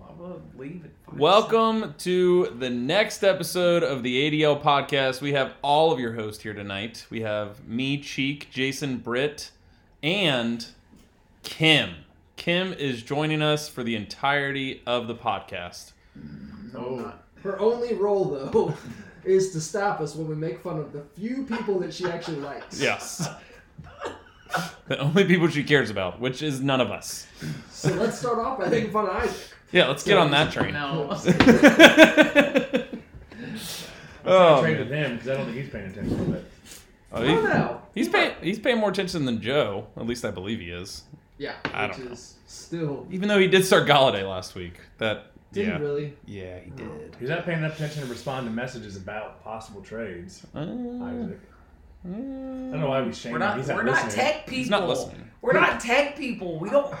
to leave at five Welcome to the next episode of the ADL podcast. We have all of your hosts here tonight. We have me, Cheek, Jason Britt, and Kim. Kim is joining us for the entirety of the podcast. Oh. Her only role, though, is to stop us when we make fun of the few people that she actually likes. Yes. the only people she cares about, which is none of us. So let's start off by making fun of Isaac. Yeah, let's get on that train. No. oh, trade man. with him because I don't think he's paying attention. But Oh, Oh, he- no. he's paying he's paying more attention than Joe. At least I believe he is. Yeah. I which don't know. is still Even though he did start Galladay last week. That didn't yeah. really. Yeah, he did. he's not paying enough attention to respond to messages about possible trades. Uh, Hmm. Isaac. I don't know why we shame We're him. not. He's We're not not listening. tech people. He's not listening. We're not tech people. We don't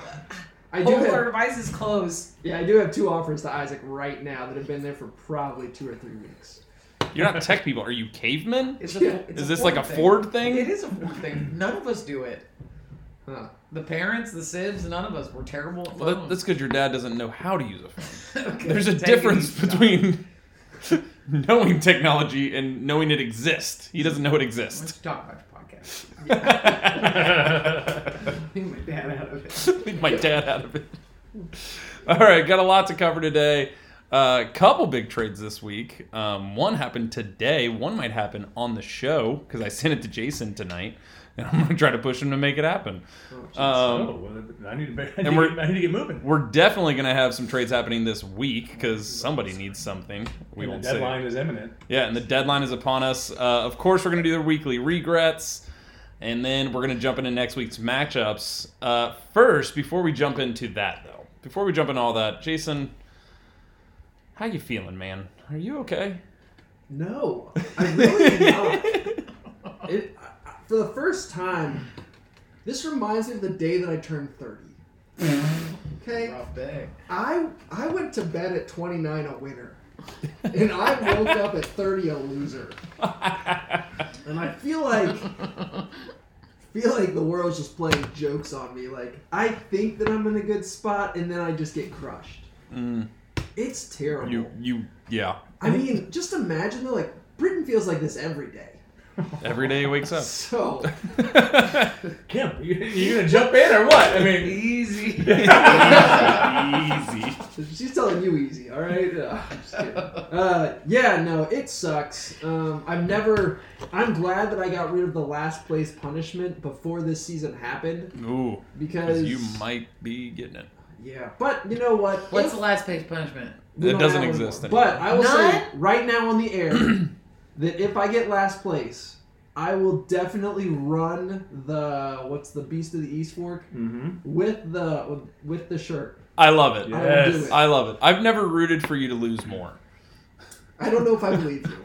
I do hold our have, devices close. yeah, I do have two offers to Isaac right now that have been there for probably two or three weeks. You're not tech people. Are you cavemen? It's Yeah. it's Is this like a thing. Ford thing? It is a Ford thing. None of us do it. Huh. The parents, the sibs, none of us. We're terrible at Well, that, phones. that's because your dad doesn't know how to use a phone. Okay, There's a take it difference easy, Doc. between knowing technology and knowing it exists. He doesn't know it Let's exists. talk about your podcast. Leave Leave my dad out of it. my dad out of it. All right, got a lot to cover today. A couple big trades this week. Um, one happened today. One might happen on the show because I sent it to Jason tonight, and I'm gonna try to push him to make it happen. Oh, Um, well, I need to. Be, I, need we're- to get, I need to get moving. we're definitely gonna have some trades happening this week because somebody needs something. We And won't the say. deadline is imminent. Yeah, and the deadline is upon us. Uh, of course, we're going to do the weekly regrets, and then we're going to jump into next week's matchups. Uh, first, before we jump into that, though, before we jump into all that, Jason, how you feeling, man? Are you okay? No, I really am not. It, I- I- for the first time, this reminds me of the day that I turned 30. Okay? Rough day. I I went to bed at 29 a winner, and I woke up at 30 a loser. And I feel like feel like the world's just playing jokes on me. Like I think that I'm in a good spot, and then I just get crushed. It's terrible. You, you, yeah. I mean, just imagine though, like Britain feels like this every day. Every day he wakes up. So Kim, you, you gonna jump in or what? I mean, Easy. Easy. she's telling you easy, all right? Uh, I'm just kidding. Uh, yeah, no, it sucks. Um, I've never. I'm glad that I got rid of the last place punishment before this season happened Ooh, because 'cause you might be getting it. Yeah, but you know what? What's the If- last page punishment? we It don't doesn't have one exist more. anymore. But I will say None? right now on the air that if I get last place, I will definitely run the what's the beast of the East Fork mm-hmm. with the with the shirt. I love it. I will do Yes. it. I love it. I've never rooted for you to lose more. I don't know if I believe you.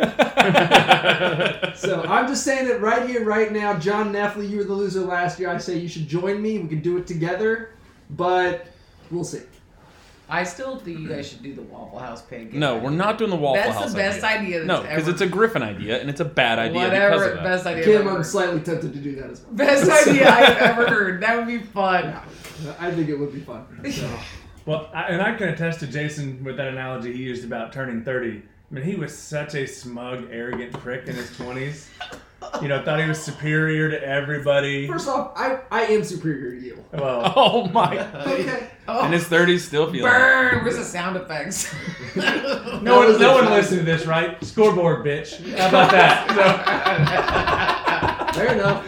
So I'm just saying it right here, right now. John Neffley, you were the loser last year. I say you should join me. We can do it together, but we'll see. I still think you guys should do the Waffle House pancake. No, we're not doing the Waffle That's the House. best idea that's no, because ever- it's a Griffin idea and it's a bad idea Whatever. because of that. Best idea. Kim, ever. I'm slightly tempted to do that as well. Best idea I've ever heard. That would be fun. I think it would be fun. So. Well, I, and I can attest to Jason with that analogy he used about turning 30. I mean, he was such a smug, arrogant prick in his 20s. You know, thought he was superior to everybody. First off, I, I am superior to you. Well, Oh my! Okay. Oh, And his 30s still feeling. it. burn. Where's the sound effects? no That one, was no one a- listened to this, right? Scoreboard, bitch. How about that? Fair enough.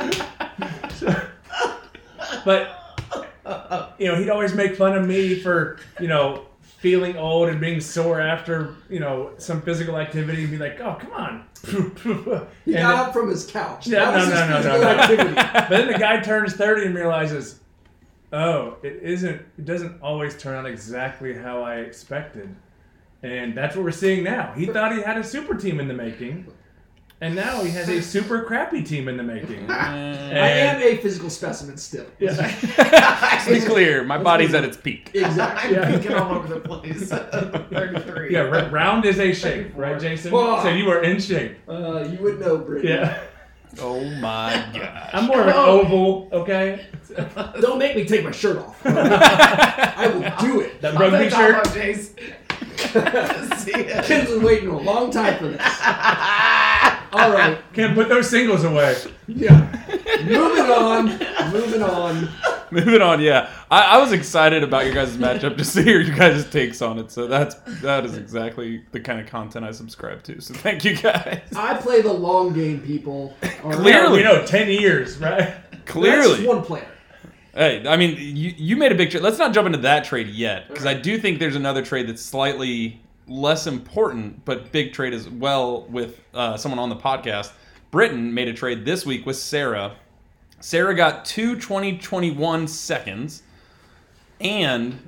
So, but you know, he'd always make fun of me for you know feeling old and being sore after you know some physical activity, and be like, "Oh, come on." He And got then- up from his couch. Yeah, that was no, his no, no, physical no, no. activity. but then the guy turns 30 and realizes, oh, it isn't, it doesn't always turn out exactly how I expected. And that's what we're seeing now. He thought he had a super team in the making, and now he has a super crappy team in the making. Eh. I am And- a physical specimen still. Yeah. Let's be clear, my body's at its peak. Exactly. I'm thinking all over the place. 33. Yeah, r- round is a shape, right, Jason? Whoa. So you are in shape. Uh, you would know, Brittany. Yeah. Oh my god! I'm more of an Oh. oval, okay? Don't make me take my shirt off. I will do it. That rugby That's all shirt. about Jace. See ya. Ken's been waiting a long time for this. All right. Can't put those singles away. Yeah. Moving on. Moving on. Moving on, yeah. I, I was excited about your guys' matchup just to hear your guys' takes on it. So that's that is exactly the kind of content I subscribe to. So thank you guys. I play the long game, people. All right. Clear- Clearly. We know ten years, right? That's Clearly, one player. hey, I mean, you you made a big trade. Let's not jump into that trade yet because I do think there's another trade that's slightly less important, but big trade as well with uh, someone on the podcast. Britain made a trade this week with Sarah. Sarah got two 2021 seconds, and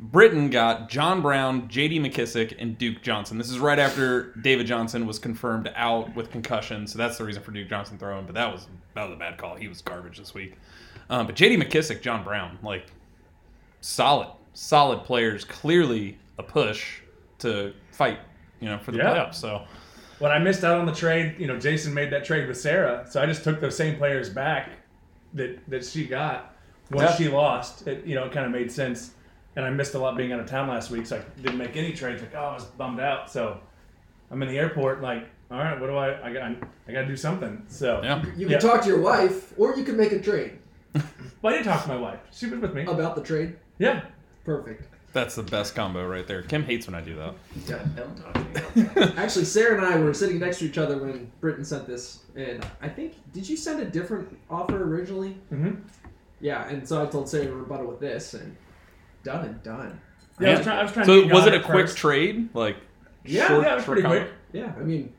Britain got John Brown, J.D. McKissick, and Duke Johnson. This is right after David Johnson was confirmed out with concussion, so that's the reason for Duke Johnson throwing. But that was that was a bad call. He was garbage this week. Um, but J.D. McKissick, John Brown, like solid, solid players. Clearly a push to fight, you know, for the Yeah. playoffs. So When I missed out on the trade, you know, Jason made that trade with Sarah, so I just took those same players back that that she got once Yeah. she lost. It you know, it kind of made sense. And I missed a lot being out of town last week, so I didn't make any trades. Like, oh, I was bummed out. So I'm in the airport, like, all right, what do I? I got, I got to do something. So, yeah, You can Yeah. talk to your wife, or you can make a trade well, I did talk to my wife. She was with me. Oh. about the trade. yeah, Perfect. that's the best combo right there. Kim hates when I do that. Yeah. Don't talk to me about that. Actually, Sarah and I were sitting next to each other when Britain sent this, and I think did you send a different offer originally? Mhm. Yeah, and so I told Sarah to rebuttal with this, and done and done. yeah. I was, try- I was trying. to So get was God it a at quick first. trade? Like Yeah, short, yeah, it was short pretty combo? quick. Yeah, I mean,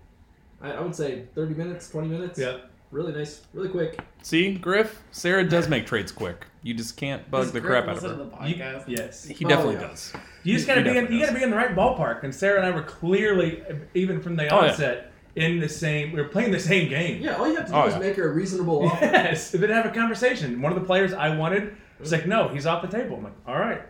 I, I would say thirty minutes, twenty minutes. Yeah. really nice, really quick. See, Griff, Sarah does make trades quick. You just can't bug Does the Griff crap out of listen to her. the You- podcast? yes. He Oh, definitely yeah. does. You just He- gotta he be in. definitely You gotta be in the right ballpark. And Sarah and I were clearly, even from the Oh, yeah. onset, in the same. We were playing the same game. Yeah, all you have to do Oh, is yeah. make her a reasonable offer. Yes. And then have a conversation. One of the players I wanted was like, "No, he's off the table." I'm like, "All right."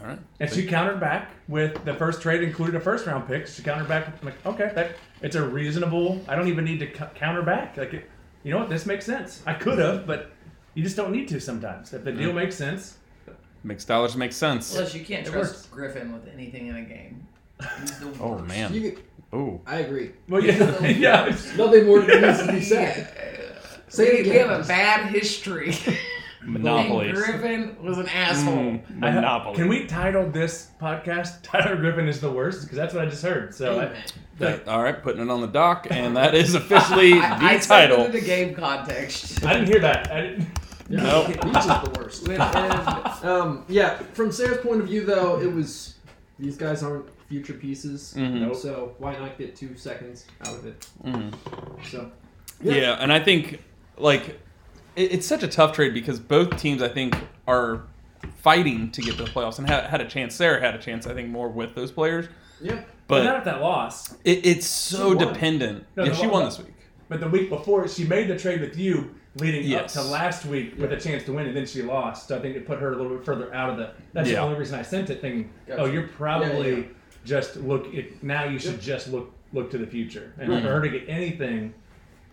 All right. And she countered back with the first trade included a first round pick. She countered back. I'm like, "Okay, that it's a reasonable. I don't even need to cou- counter back. Like, it, you know what? This makes sense. I could have, but you just don't need to sometimes. If the deal makes sense, Makes dollars make sense. Plus, you can't It trust works. Griffin with anything in a game. He's the worst. Oh man. You, Oh. I agree. well, yeah, yeah. Nothing more needs to be said. Say We, it we again. have a bad history. Monopolies. And Griffin was an asshole. Mm, I have- monopoly. Can we title this podcast "Tyler Griffin is the worst"? Because that's what I just heard. So I, Amen. That- all right, putting it on the dock, and that is officially the I, I title. It into game context. I didn't hear that. I didn't, Yeah, No. Peach is the worst. With, uh, Um, yeah, from Sarah's point of view, though, it was these guys aren't future pieces, Mhm. Nope. so why not get two seconds out of it? Mhm. So Yeah. and I think like it, it's such a tough trade because both teams I think are fighting to get to the playoffs and had, had a chance. Sarah had a chance, I think, more with those players, yeah, but but not if that loss. it, it's so She won. dependent. No, yeah, no, she no. won this week. But the week before, she made the trade with you, leading Yes. up to last week with a chance to win, and then she lost. So I think it put her a little bit further out of the. That's Yeah. the only reason I sent it, thinking, Gotcha. "Oh, you're probably Yeah, yeah, yeah. just look. It, now you should Yep. just look look to the future." And Hmm. for her to get anything,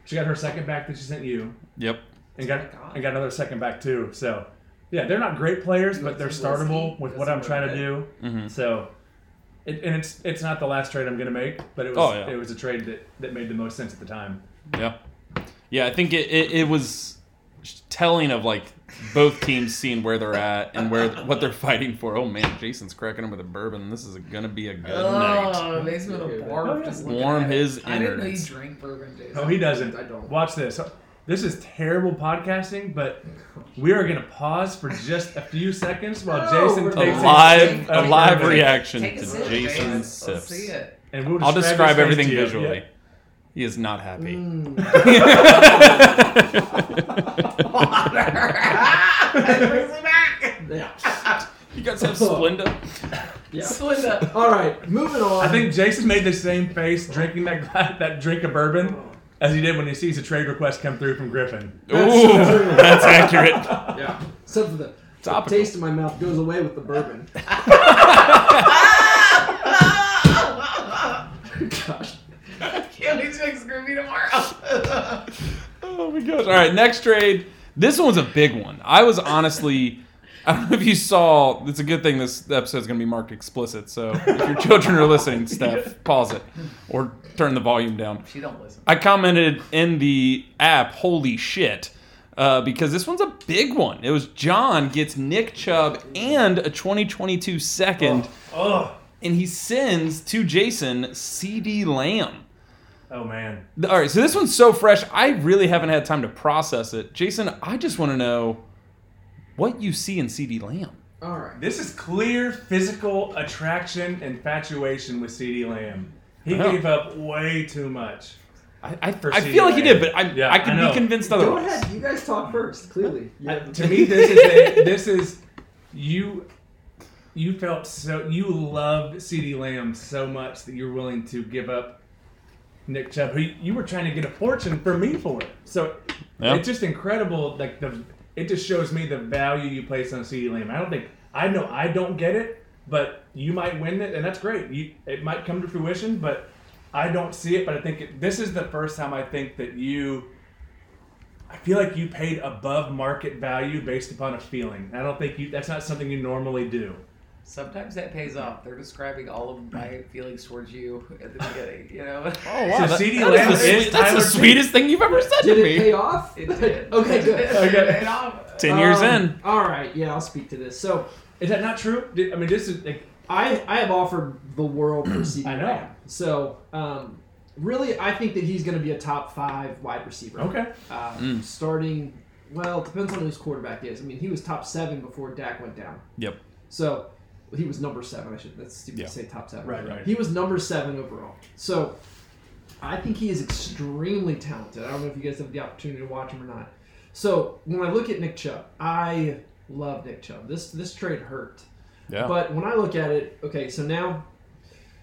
she got her second back that she sent you, Yep. and Oh got my God. and got another second back too. So, yeah, they're not great players, but they're That's a risky- startable with what that's a I'm trying to do. little Mm-hmm. So, it, and it's it's not the last trade I'm gonna make, but it was Oh, yeah. it was a trade that, that made the most sense at the time. Yeah. Yeah, I think it, it, it was telling of like both teams seeing where they're at and where what they're fighting for. Oh man, Jason's cracking him with a bourbon. This is gonna be a good night. Oh, it makes me want to barf. just looking Warm at it. his I didn't know you innards. drank bourbon, Jason. No, Oh, he doesn't. I don't. Watch this. This is terrible podcasting, but we are gonna pause for just a few seconds while Oh, No, Jason we're A takes not. it, live, a Okay. live reaction Take a to sip, Jason's Jason. Let's see sips. it. and we'll I'll his describe face everything to you. visually. Yeah. He is not happy. That brings me back. yeah, you guys have Splenda? yeah. Splenda. All right, moving on. I think Jason made the same face drinking that gla- that drink of bourbon as he did when he sees a trade request come through from Griffin. That's Ooh, true. that's accurate. yeah, except for the, the Topical. taste in my mouth goes away with the bourbon. Ah! Oh, Gosh, Can't wait to make Scrooby tomorrow. Oh my gosh. All right, next trade. This one's a big one. I was honestly I don't know if you saw. It's a good thing this episode's going to be marked explicit. So if your children are listening, Steph, pause it or turn the volume down. She don't listen. I commented in the app, holy shit, uh, because this one's a big one. It was John gets Nick Chubb and a 2022 second, Oh, and he sends to Jason CD Lamb. oh man. All right, so this one's so fresh. I really haven't had time to process it. Jason, I just want to know what you see in CD Lamb. All right. This is clear physical attraction, infatuation with CD Lamb. He Wow. gave up way too much. I, I, For I CD feel like you Lamb. did, but I, Yeah, I could I know. be convinced Go otherwise. ahead. You guys talk first. Clearly, You I- have the- to me, this is a, this is you. You felt so you loved C.D. Lamb so much that you're willing to give up Nick Chubb, who you were trying to get a fortune for me for it. So Yeah. it's just incredible. Like the it just shows me the value you place on C.D. Lamb. I don't think I know I don't get it, but you might win it, and that's great. You it might come to fruition, but I don't see it. But I think it, this is the first time I think that you. I feel like you paid above market value based upon a feeling. I don't think you. That's not something you normally do. Sometimes that pays off. They're describing all of my feelings towards you at the beginning. You know. Oh, So that- CD that Lamb is the- is that's the Tyler Tate. sweetest thing you've ever said Did to it me. pay off? It did. okay, It good. did. Okay. It paid off. Ten years Um, in. All right. Yeah, I'll speak to this. So Is that not true? Did- I mean, this is like I I have offered the world for CD. I know. Lamb. So um, really, I think that he's going to be a top five wide receiver. okay. Uh, Mm. Starting. Well, it depends on who his quarterback is. I mean, he was top seven before Dak went down. Yep. So he was number seven. I should. That's stupid Yeah. to say top seven. Right, right. He was number seven overall. So I think he is extremely talented. I don't know if you guys have the opportunity to watch him or not. So when I look at Nick Chubb, I love Nick Chubb. This this trade hurt. Yeah. But when I look at it, okay, so now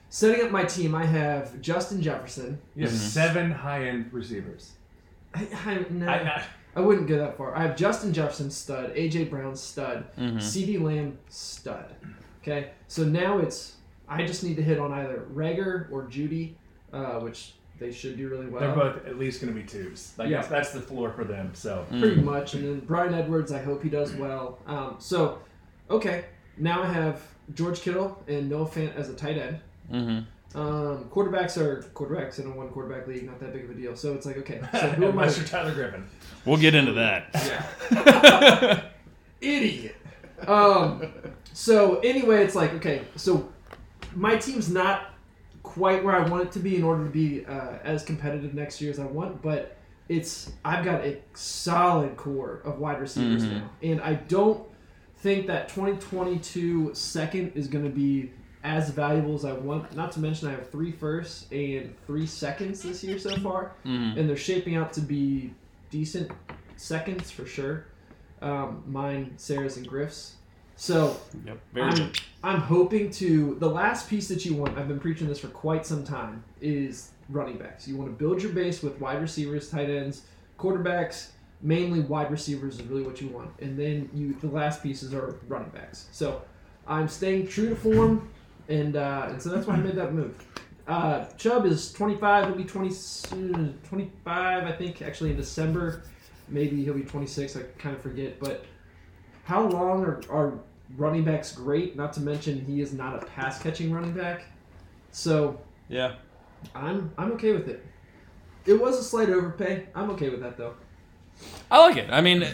setting up my team, I have Justin Jefferson. You Mm-hmm. have seven high-end receivers. I, I, no, I, I, I, wouldn't go that far. I have Justin Jefferson stud, AJ Brown stud, Mhm. CD Lamb stud. Okay, so now it's I just need to hit on either Rager or Judy, uh, which they should do really well. they're both at least going to be twos. Like Uh-huh. Yeah. that's, that's the floor for them. So Mm. pretty much. And then Brian Edwards, I hope he does well. Um, so, okay, now I have George Kittle and Noah Fant as a tight end. Mm-hmm. Um, quarterbacks are quarterbacks in a one quarterback league, not that big of a deal. So it's like, okay, so who am I? unless you're Tyler Griffin, We'll get into that. Idiot. Um, so anyway, it's like, okay, so my team's not quite where I want it to be in order to be uh, as competitive next year as I want, but it's I've got a solid core of wide receivers now, and I don't think that 2022 second is going to be as valuable as I want. Not to mention I have three firsts and three seconds this year so far, and they're shaping out to be decent seconds for sure. Um, mine, Sarah's, and Griff's. So Yep. I'm, I'm hoping to. The last piece that you want, I've been preaching this for quite some time, is running backs. You want to build your base with wide receivers, tight ends, quarterbacks. Mainly wide receivers is really what you want, and then you the last pieces are running backs. So I'm staying true to form, and uh, and so that's why I made that move. Uh, Chubb is 25. He'll be 20, soon- 25, I think, actually in December. Maybe he'll be 26. I kind of forget, but how long are, are running backs great? Not to mention he is not a pass catching running back. So Yeah. I'm I'm okay with it. It was a slight overpay. I'm okay with that though. I like it. I mean,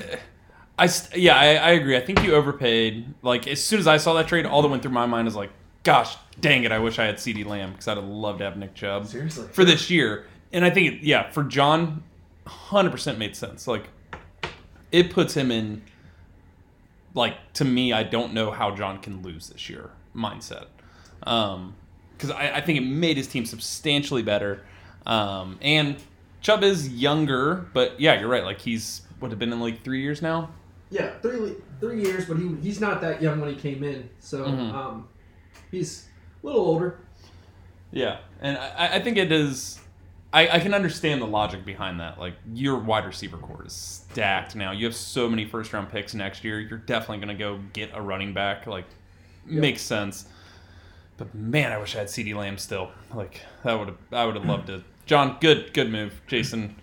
I st- yeah, I, I agree. I think you overpaid. Like as soon as I saw that trade, all that went through my mind is like, gosh, dang it! I wish I had C.D. Lamb because I'd have loved to have Nick Chubb seriously. for this year. And I think, it, yeah, for John, hundred percent made sense. Like, it puts him in. Like to me, I don't know how John can lose this year mindset, because I, I think it made his team substantially better. Um, and Chubb is younger, but yeah, you're right. Like he's would have been in like three years now. Yeah, three three years, but he he's not that young when he came in. So Mm-hmm. um, he's a little older. Yeah, and I, I think it is. I, I can understand the logic behind that. Like your wide receiver core is stacked now. You have so many first round picks next year. You're definitely gonna go get a running back. Like makes sense. But man, I wish I had C.D. Lamb still. Like that would have I would have loved to. John, good good move, Jason.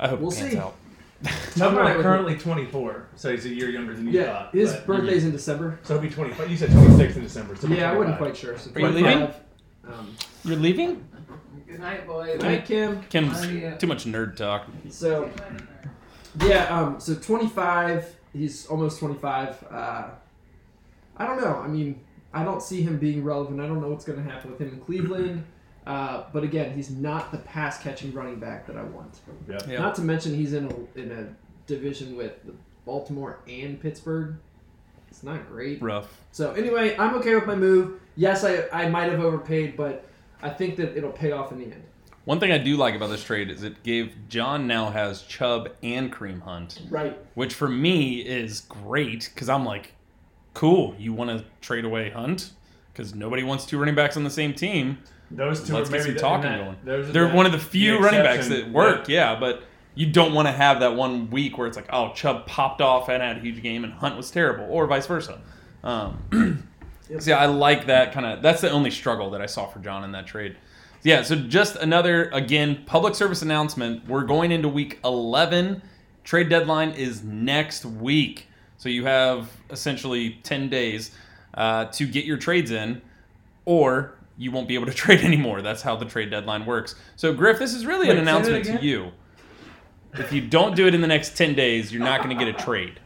I hope We'll it pans see. out. I'm right not with currently 24, so he's a year younger than you Yeah, thought. his but- birthday's in December. so he'll be 25. You said 26 in December. So he'll be Yeah, I wasn't 25. quite sure. So Are you 25, leaving? Um, You're leaving? Good night, boys. hi, Kim. Kim's Oh, uh, yeah. too much nerd talk. So yeah, um, so 25. He's almost 25. Uh, I don't know. I mean, I don't see him being relevant. I don't know what's going to happen with him in Cleveland. Uh, but again, he's not the pass catching running back that I want. Yeah. Not to mention he's in a in a division with Baltimore and Pittsburgh. It's not great. Rough. So anyway, I'm okay with my move. Yes, I I might have overpaid, but I think that it'll pay off in the end. One thing I do like about this trade is it gave John now has Chubb and Cream Hunt, Right. which for me is great because I'm like, cool, you want to trade away Hunt? Because nobody wants two running backs on the same team. Those two Let's are get maybe some the, talking that, going. Those are They're the- one of the few running backs exception. that work, yeah. but you don't want to have that one week where it's like, oh, Chubb popped off and had a huge game and Hunt was terrible, or vice versa. Um, so yeah, I like that kind of. That's the only struggle that I saw for John in that trade. Yeah, so just another again public service announcement. We're going into week 11. Trade deadline is next week, so you have essentially 10 days uh, to get your trades in or you won't be able to trade anymore. That's how the trade deadline works. So, Griff, this is really Wait, an say that announcement to again? you. If you don't do it in the next 10 days, you're not going to get a trade.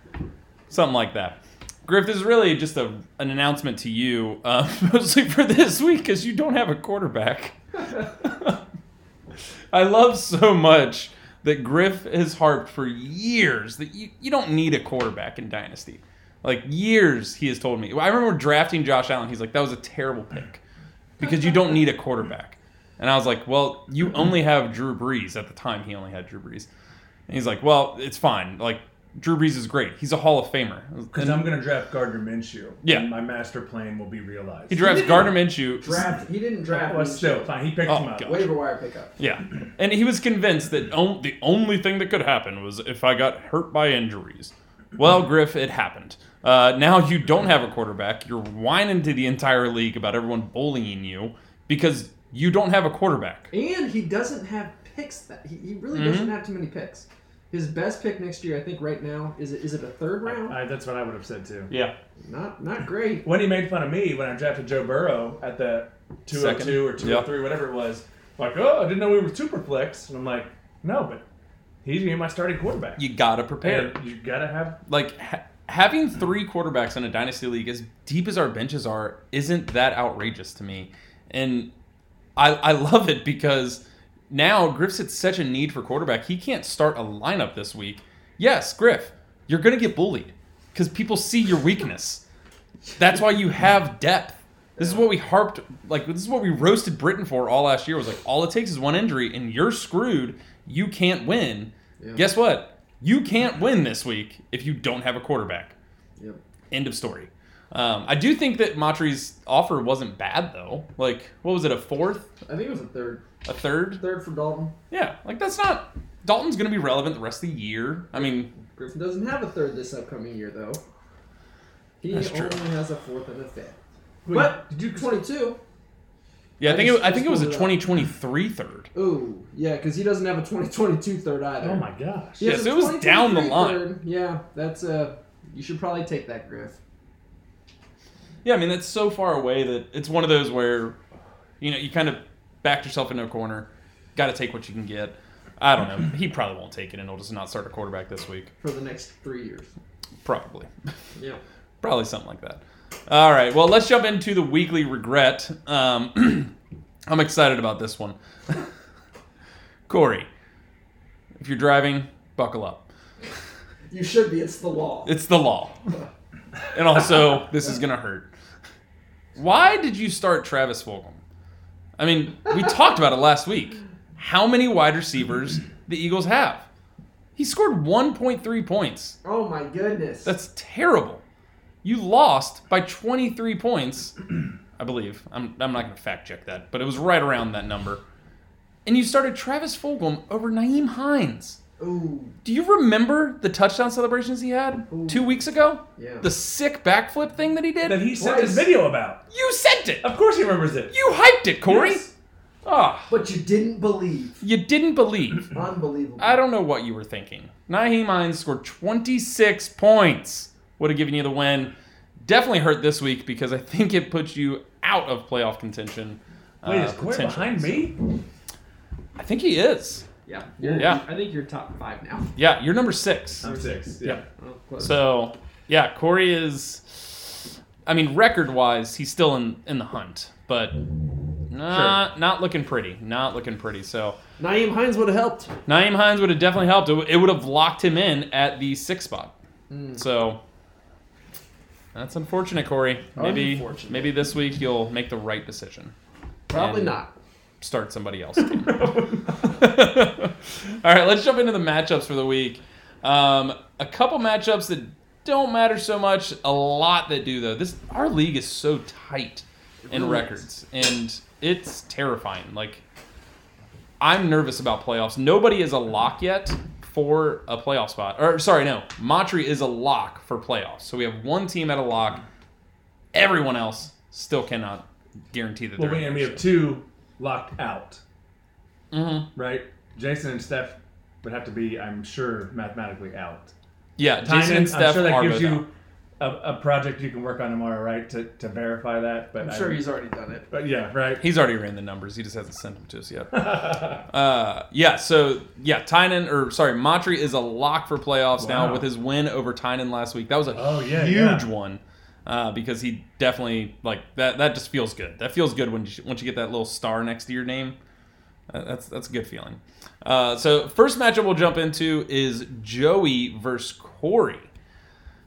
Something like that. Griff, this is really just a, an announcement to you, uh, mostly for this week, because you don't have a quarterback. I love so much that Griff has harped for years that you, you don't need a quarterback in Dynasty. Like years he has told me. I remember drafting Josh Allen. He's like, that was a terrible pick because you don't need a quarterback. And I was like, well, you only have Drew Brees. At the time, he only had Drew Brees. And he's like, well, it's fine. Like, Drew Brees is great. He's a Hall of Famer. Because I'm going to draft Gardner Minshew. Yeah. And my master plan will be realized. He drafts didn't Gardner Minshew. Draft. He didn't draft. Well, me. still, fine. He picked Oh, him up. God. Waiver wire pickup. Yeah, and he was convinced that on- the only thing that could happen was if I got hurt by injuries. Well, Griff, it happened. Uh, now you don't have a quarterback. You're whining to the entire league about everyone bullying you because you don't have a quarterback. And he doesn't have picks. That he, he really Mm-hmm. doesn't have too many picks. His best pick next year, I think, right now is it, is it a third round? I, that's what I would have said too. Yeah, Not not great. When he made fun of me when I drafted Joe Burrow at the 202 or Second. 203, whatever it was, like, oh, I didn't know we were super flex. And I'm like, no, but he's going to be my starting quarterback. you gotta prepare. And you got to have. Like ha- having three quarterbacks in a dynasty league, as deep as our benches are, isn't that outrageous to me. And I, I love it because now Griff's at such a need for quarterback. He can't start a lineup this week. Yes, Griff, you're going to get bullied because people see your weakness. That's why you have depth. This is what we harped, like, this is what we roasted Britain for all last year was like, all it takes is one injury and you're screwed. You can't win. Yeah. Guess what? You can't win this week if you don't have a quarterback. Yep. End of story. Um, I do think that Matri's offer wasn't bad, though. Like, what was it, a fourth? I think it was a third. A third? Third for Dalton. Yeah, like that's not. Dalton's going to be relevant the rest of the year. I mean, Griffin doesn't have a third this upcoming year though. He That's true. only has a fourth and a fifth. Wait, But did you. Twenty-two. yeah, I, I think just- it, I think just it was a pulled it up. 2023 third. Ooh, yeah, because he doesn't have a 2022 third either. Oh, my gosh. He has Yes, a it was down the 2023 line. third. Yeah, that's uh, you should probably take that, Griff. Yeah, I mean that's so far away that it's one of those where, you know, you kind of backed yourself into a corner. Got to take what you can get. I don't know. He probably won't take it, and he'll just not start a quarterback this week. for the next three years. Probably. Yeah. Probably something like that. All right. Well, let's jump into the weekly regret. Um, I'm excited about this one. Corey, if you're driving, buckle up. You should be. It's the law. It's the law. and also, this is going to hurt. Why did you start Travis Fulgham? I mean, we talked about it last week. How many wide receivers the Eagles have? He scored 1.3 points. oh my goodness. That's terrible. You lost by 23 points, I believe. I'm, I'm not going to fact check that, but it was right around that number. And you started Travis Fulgham over Naeem Hines. Ooh. Do you remember the touchdown celebrations he had Ooh. two weeks ago? Yeah. The sick backflip thing that he did? That he sent his Twice. video about. you sent it! Of course he remembers it. You hyped it, Corey! Yes. Ah, But you didn't believe. you didn't believe. Unbelievable. I don't know what you were thinking. Naheem Hines scored 26 points. Would have given you the win. Definitely hurt this week because I think it puts you out of playoff contention. Wait, uh, is Corey potentially. behind me? I think he is. Yeah. You're, Yeah. I think you're top five now. Yeah, you're number six. I'm six. Yeah. Oh, close. So, yeah, Corey is. I mean, record-wise, he's still in in the hunt, but not not looking pretty. Not looking pretty. So Naeem Hines would have helped. Naeem Hines would have definitely helped. It, w- it would have locked him in at the six spot. So that's unfortunate, Corey. Maybe Unfortunate. maybe this week you'll make the right decision. Probably And- not. Start somebody else. All right, let's jump into the matchups for the week. Um, a couple matchups that don't matter so much, a lot that do though. This our league is so tight in records, and it's terrifying. Like I'm nervous about playoffs. Nobody is a lock yet for a playoff spot. Or sorry, no, Montre is a lock for playoffs. So we have one team at a lock. Everyone else still cannot guarantee that Well, they're. we, in. and we have two locked out, Mhm. right? Jason and Steph would have to be, I'm sure, mathematically out. Yeah, Tynan, Jason and Steph I'm sure that are gives both out. you a, a project you can work on tomorrow, right? To, to verify that. But I'm I- sure he's already done it. But yeah, right. He's already ran the numbers. He just hasn't sent them to us yet. uh, yeah, so yeah, Tynan or sorry, Matri is a lock for playoffs now Wow. with his win over Tynan last week. That was a Oh, yeah, huge yeah. one uh, because he definitely like that. That just feels good. That feels good when you, once you get that little star next to your name. Uh, that's that's a good feeling. Uh, so first matchup we'll jump into is Joey versus Corey.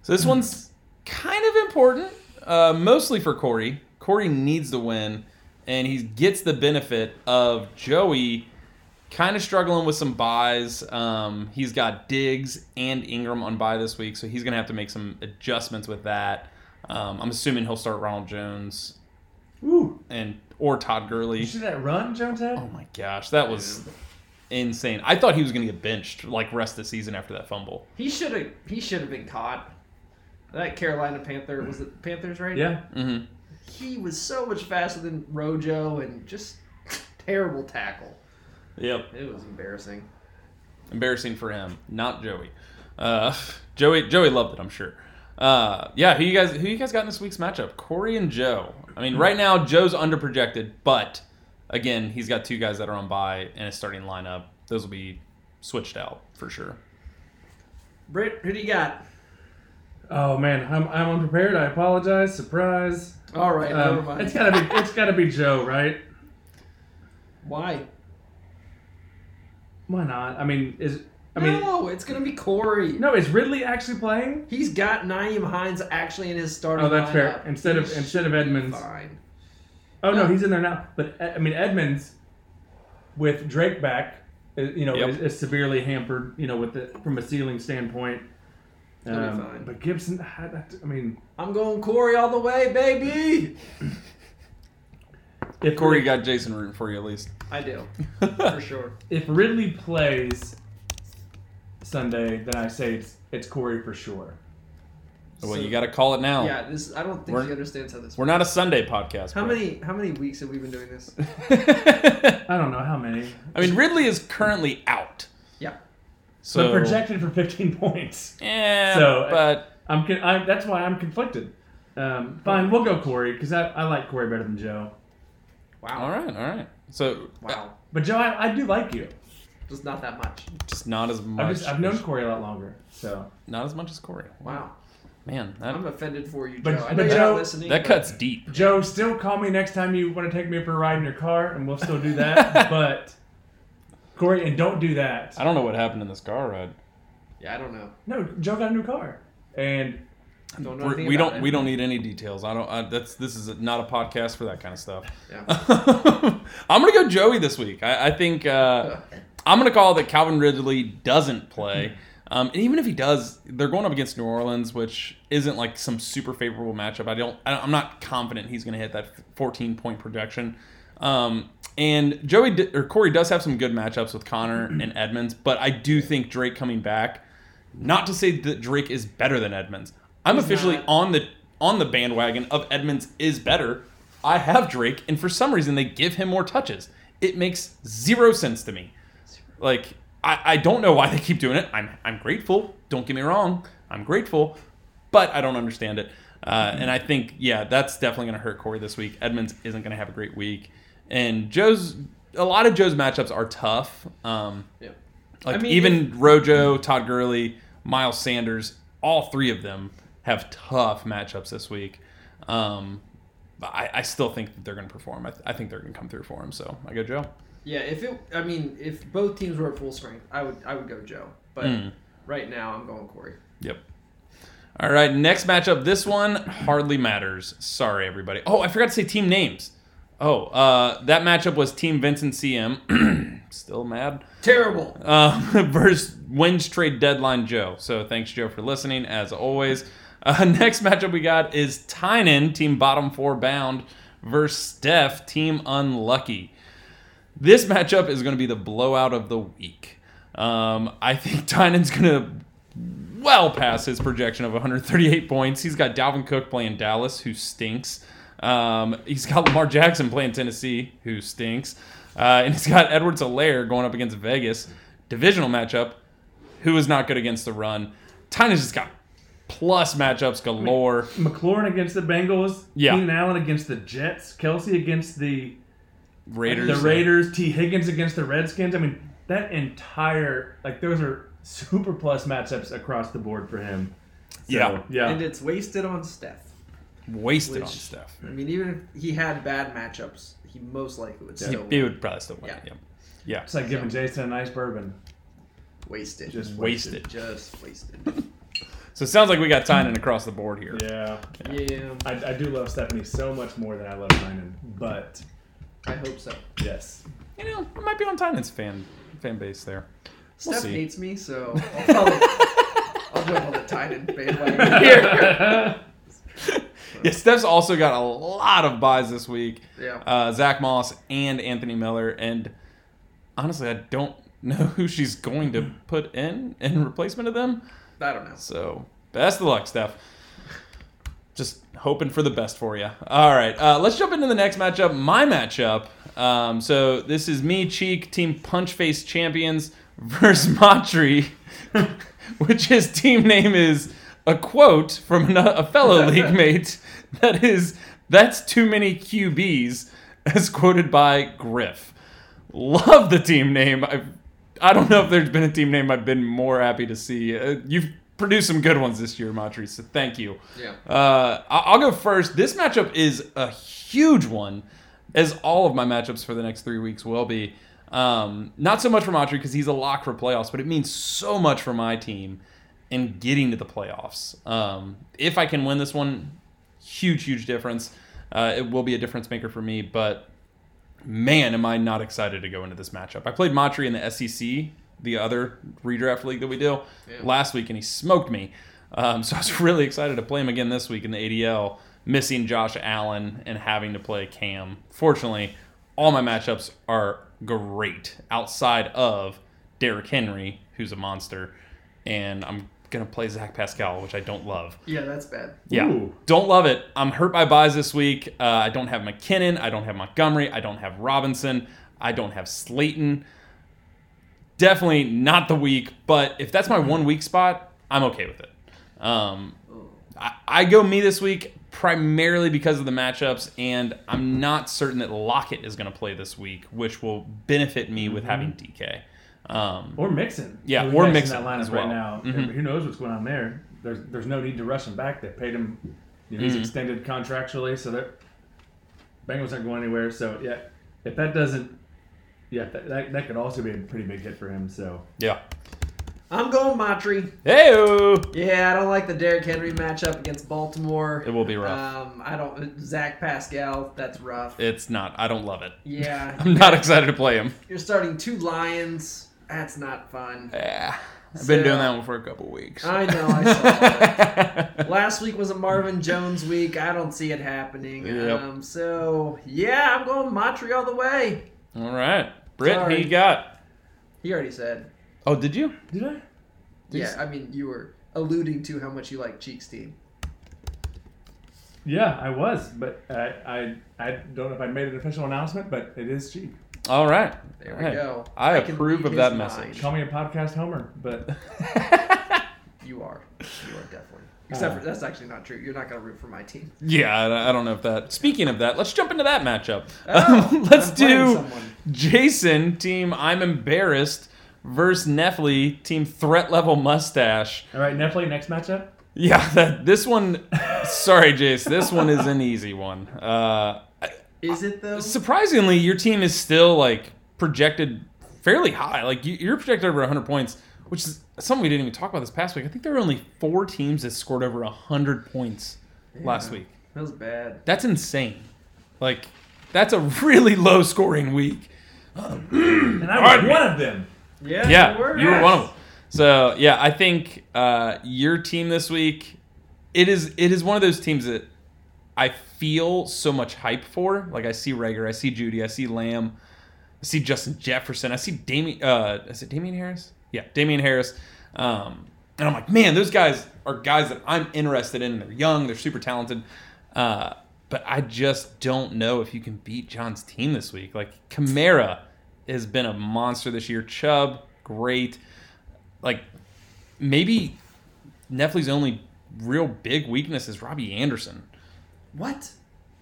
So this one's Hmm. kind of important, uh, mostly for Corey. Corey needs to win, and he gets the benefit of Joey kind of struggling with some buys. Um, he's got Diggs and Ingram on buy this week, so he's going to have to make some adjustments with that. Um, I'm assuming he'll start Ronald Jones Ooh. and or Todd Gurley. You see that run Jones had? Oh my gosh, that was insane. I thought he was going to get benched like rest of the season after that fumble. He should have. He should have been caught. That Carolina Panther was it Panthers, right? Yeah. hmm He was so much faster than Rojo and just terrible tackle. Yep. It was embarrassing. Embarrassing for him, not Joey. Uh, Joey Joey loved it, I'm sure. Uh, yeah, who you guys who you guys got in this week's matchup? Corey and Joe. I mean, right now Joe's underprojected, but again, he's got two guys that are on bye in his starting lineup. Those will be switched out for sure. Britt, who do you got? Oh man, I'm, I'm unprepared. I apologize. Surprise. All right, never Um, mind. it's gotta be it's gotta be Joe, right? Why? Why not? I mean, is I mean, no, it's gonna be Corey. no, is Ridley actually playing? He's got Naeem Hines actually in his starting. Oh, that's fair. lineup. Instead of He's instead of Edmonds. fine. Oh no, he's in there now. But E, I mean, Edmonds with Drake back, uh, you know, Yep. is, is severely hampered. You know, with the, from a ceiling standpoint. Um, He'll be fine. But Gibson, I, that- I mean, I'm going Corey all the way, baby. if Corey you Rid- got Jason rooting for you at least. I do for sure. if Ridley plays Sunday, then I say it's it's Corey for sure. well, you got to call it now. Yeah, this. I don't think We're- he understands how this. We're not a Sunday podcast. Oh. How bro. many how many weeks have we been doing this? I I don't know how many. mean, Ridley is currently out. Yeah. So but projected for 15 points. Yeah, So, but I'm, con- I'm that's why I'm conflicted. Um, fine, we'll go Corey because I, I like Corey better than Joe. all Wow. right, all right. So uh, Wow. But Joe, I, I do like you. Just not that much. just not as much. I've just I've known Corey a lot longer. So not as much as Corey. Wow. Man, that I'm offended for you, Joe. But- I know but you're Joe- not listening. that but cuts deep. Joe, still call me next time you want to take me for a ride in your car, and we'll still do that. but Corey, and don't do that. I don't know what happened in this car ride. Yeah, I don't know. No, Joe got a new car, and Don't know We're, anything we about don't. it. We don't need any details. I don't. I, that's. This is not a podcast for that kind of stuff. Yeah. I'm gonna go Joey this week. I, I think. Uh, I'm gonna call that Calvin Ridley doesn't Mm-hmm. play. Um, and even if he does, they're going up against New Orleans, which isn't like some super favorable matchup. I don't. I, I'm not confident he's gonna hit that 14 point projection. Um, and Joey d- or Corey does have some good matchups with Connor and Edmonds, but I do think Drake coming back. Not to say that Drake is better than Edmonds. I'm officially not. on the on the bandwagon of Edmonds is better. I have Drake, and for some reason they give him more touches. It makes zero sense to me. Like I, I don't know why they keep doing it. I'm I'm grateful. Don't get me wrong. I'm grateful, but I don't understand it. Uh, and I think yeah, that's definitely going to hurt Corey this week. Edmonds isn't going to have a great week, and Joe's a lot of Joe's matchups are tough. Um, Yep. like I mean, even Rojo, Todd Gurley, Miles Sanders, all three of them have tough matchups this week. Um, but I, I still think that they're going to perform. I, th- I think they're going to come through for him. So I go Joe. Yeah, if it, I mean, if both teams were at full strength, I would, I would go Joe. But Mm. right now, I'm going Corey. Yep. All right, next matchup. This one hardly matters. Sorry, everybody. Oh, I forgot to say team names. Oh, uh, that matchup was Team Vincent CM. Still mad. Terrible. Uh, versus wins trade deadline Joe. So thanks, Joe, for listening, as always. Uh, next matchup we got is Tynan, Team Bottom Four Bound, versus Steph, Team Unlucky. This matchup is going to be the blowout of the week. Um, I think Tynan's going to well past his projection of 138 points. He's got Dalvin Cook playing Dallas, who stinks. Um, he's got Lamar Jackson playing Tennessee, who stinks. Uh, and he's got Edwards Alaire going up against Vegas. Divisional matchup, who is not good against the run. Tynan's just got plus matchups galore. McLaurin against the Bengals. Yeah. Keenan Allen against the Jets. Kelsey against the Raiders. the Raiders. T. Higgins against the Redskins. I mean, that entire like those are super plus matchups across the board for him. So, uh, Yeah. And yeah. it's wasted on Steph. Wasted on Which- Steph. I mean, even if he had bad matchups, he most likely would He, still he would probably still win. Yeah. Yeah. It's like giving Jason a nice bourbon. waste it. Just Wasted. Just wasted. So it sounds like we got Tynan across the board here. Yeah, yeah, I, I do love Stephanie so much more than I love Tynan, but I hope so. yes, You know, it might be on Tynan's fan fan base there. We'll Steph see. hates me, so I'll, probably, I'll jump on the Titan bandwagon. Here. yeah, Steph's also got a lot of buys this week. Yeah. Uh, Zach Moss and Anthony Miller, and honestly, I don't know who she's going to put in in replacement of them. I don't know. So best of luck, Steph. Just hoping for the best for you. All right, uh, let's jump into the next matchup. My matchup. Um, so this is me, Cheek, Team Punch Face Champions versus Matri, which his team name is a quote from an, a fellow league mate. That is, that's too many QBs, as quoted by Griff. Love the team name. I I don't know if there's been a team name I've been more happy to see. Uh, you've produced some good ones this year, Matri, so thank you. Yeah. Uh, I- I'll go first. This matchup is a huge one, as all of my matchups for the next three weeks will be. Um, not so much for Matri because he's a lock for playoffs, but it means so much for my team in getting to the playoffs. Um, if I can win this one, huge, huge difference. Uh, it will be a difference maker for me, but man, am I not excited to go into this matchup. I played Matri in the SEC, the other redraft league that we do, last week, and he smoked me. Um, so I was really excited to play him again this week in the ADL, missing Josh Allen and having to play Cam. Fortunately, all my matchups are great outside of Derrick Henry, who's a monster, and I'm going to play Zach Pascal, which I don't love. Yeah, that's bad. Yeah. Ooh. Don't love it. I'm hurt by buys this week. Uh, I don't have McKinnon. I don't have Montgomery. I don't have Robinson. I don't have Slayton. Definitely not the week, but if that's my one week spot, I'm okay with it. Um, I, I go me this week primarily because of the matchups, and I'm not certain that Lockett is going to play this week, which will benefit me with having DK. Um, or Mixon. Yeah, Who's or next Mixon in that lineup as well. Mm-hmm. right now. Who knows what's going on there? There's there's no need to rush him back. They paid him. You know, He's Mm-hmm. extended contractually, so that Bengals aren't going anywhere. So yeah, if that doesn't, yeah, that, that, that could also be a pretty big hit for him. So yeah. I'm going Matry. Hey, Yeah, I don't like the Derrick Henry matchup against Baltimore. It will be rough. Um, I don't. Zach Pascal, that's rough. It's not. I don't love it. Yeah, I'm not excited to play him. you're starting two Lions. That's not fun. Yeah. I've So- been doing that one for a couple weeks. I know. I saw that. Last week was a Marvin Jones week. I don't see it happening. Yep. Um, so yeah, I'm going Matry all the way. All right. Britt, who Sorry. you got? He already said. Oh, did you? did I? Yeah, I mean, you were alluding to how much you like Cheeks team. Yeah, I was, but I I, I don't know if I made an official announcement, but it is cheap. All right. There All we right. go. I can approve read of that his message. Call me a podcast homer, but You are. You are definitely. Except for that's actually not true. You're not gonna root for my team. Yeah, I- I don't know if that. Speaking of that, let's jump into that matchup. Oh, let's I'm playing do someone. Jason team. I'm embarrassed versus Nefli team. Threat level mustache. all right, Netflix next matchup. Yeah, that this one. sorry, Jace. This one is an easy one. Uh, Is it though? surprisingly, your team is still like projected fairly high. Like you, you're projected over 100 points, which is something we didn't even talk about this past week. I think there were only four teams that scored over 100 points last week. That was bad. That's insane. Like, that's a really low scoring week. And I was one of them. Yeah. yeah, you were. you were one of them. So yeah, I think uh, your team this week, it is it is one of those teams that I feel so much hype for. Like I see Rager, I see Judy, I see Lamb, I see Justin Jefferson, I see Damien. Uh, is it Damien Harris? Yeah, Damien Harris. Um, and I'm like, man, those guys are guys that I'm interested in. They're young, they're super talented. Uh, but I just don't know if you can beat John's team this week. Like Kamara has been a monster this year. Chubb, great. Like maybe Netflix's only real big weakness is Robbie Anderson. What?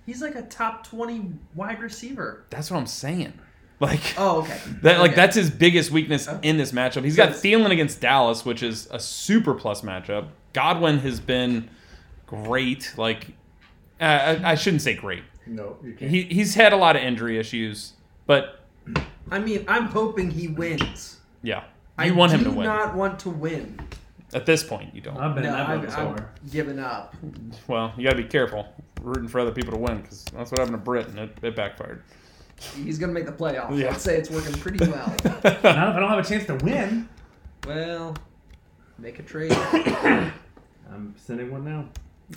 He's like a top twenty wide receiver. That's what I'm saying. Like Oh, okay. that, like Okay. that's his biggest weakness Oh. in this matchup. He's So got it's- Thielen against Dallas, which is a super plus matchup. Godwin has been great. Like I, I- I shouldn't say great. No, you can't. He he's had a lot of injury issues, but I mean, I'm hoping he wins. yeah, I you want him do to win. Not Uh-huh. want to win. At this point, you don't. I've been No, in that boat I've, I've before. given up. Well, you got to be careful rooting for other people to win because that's what happened to Britt, and it, it backfired. He's gonna make the playoffs. Yeah. I'd say it's working pretty well. Not if I don't have a chance to win. well, make a trade. I'm sending one now.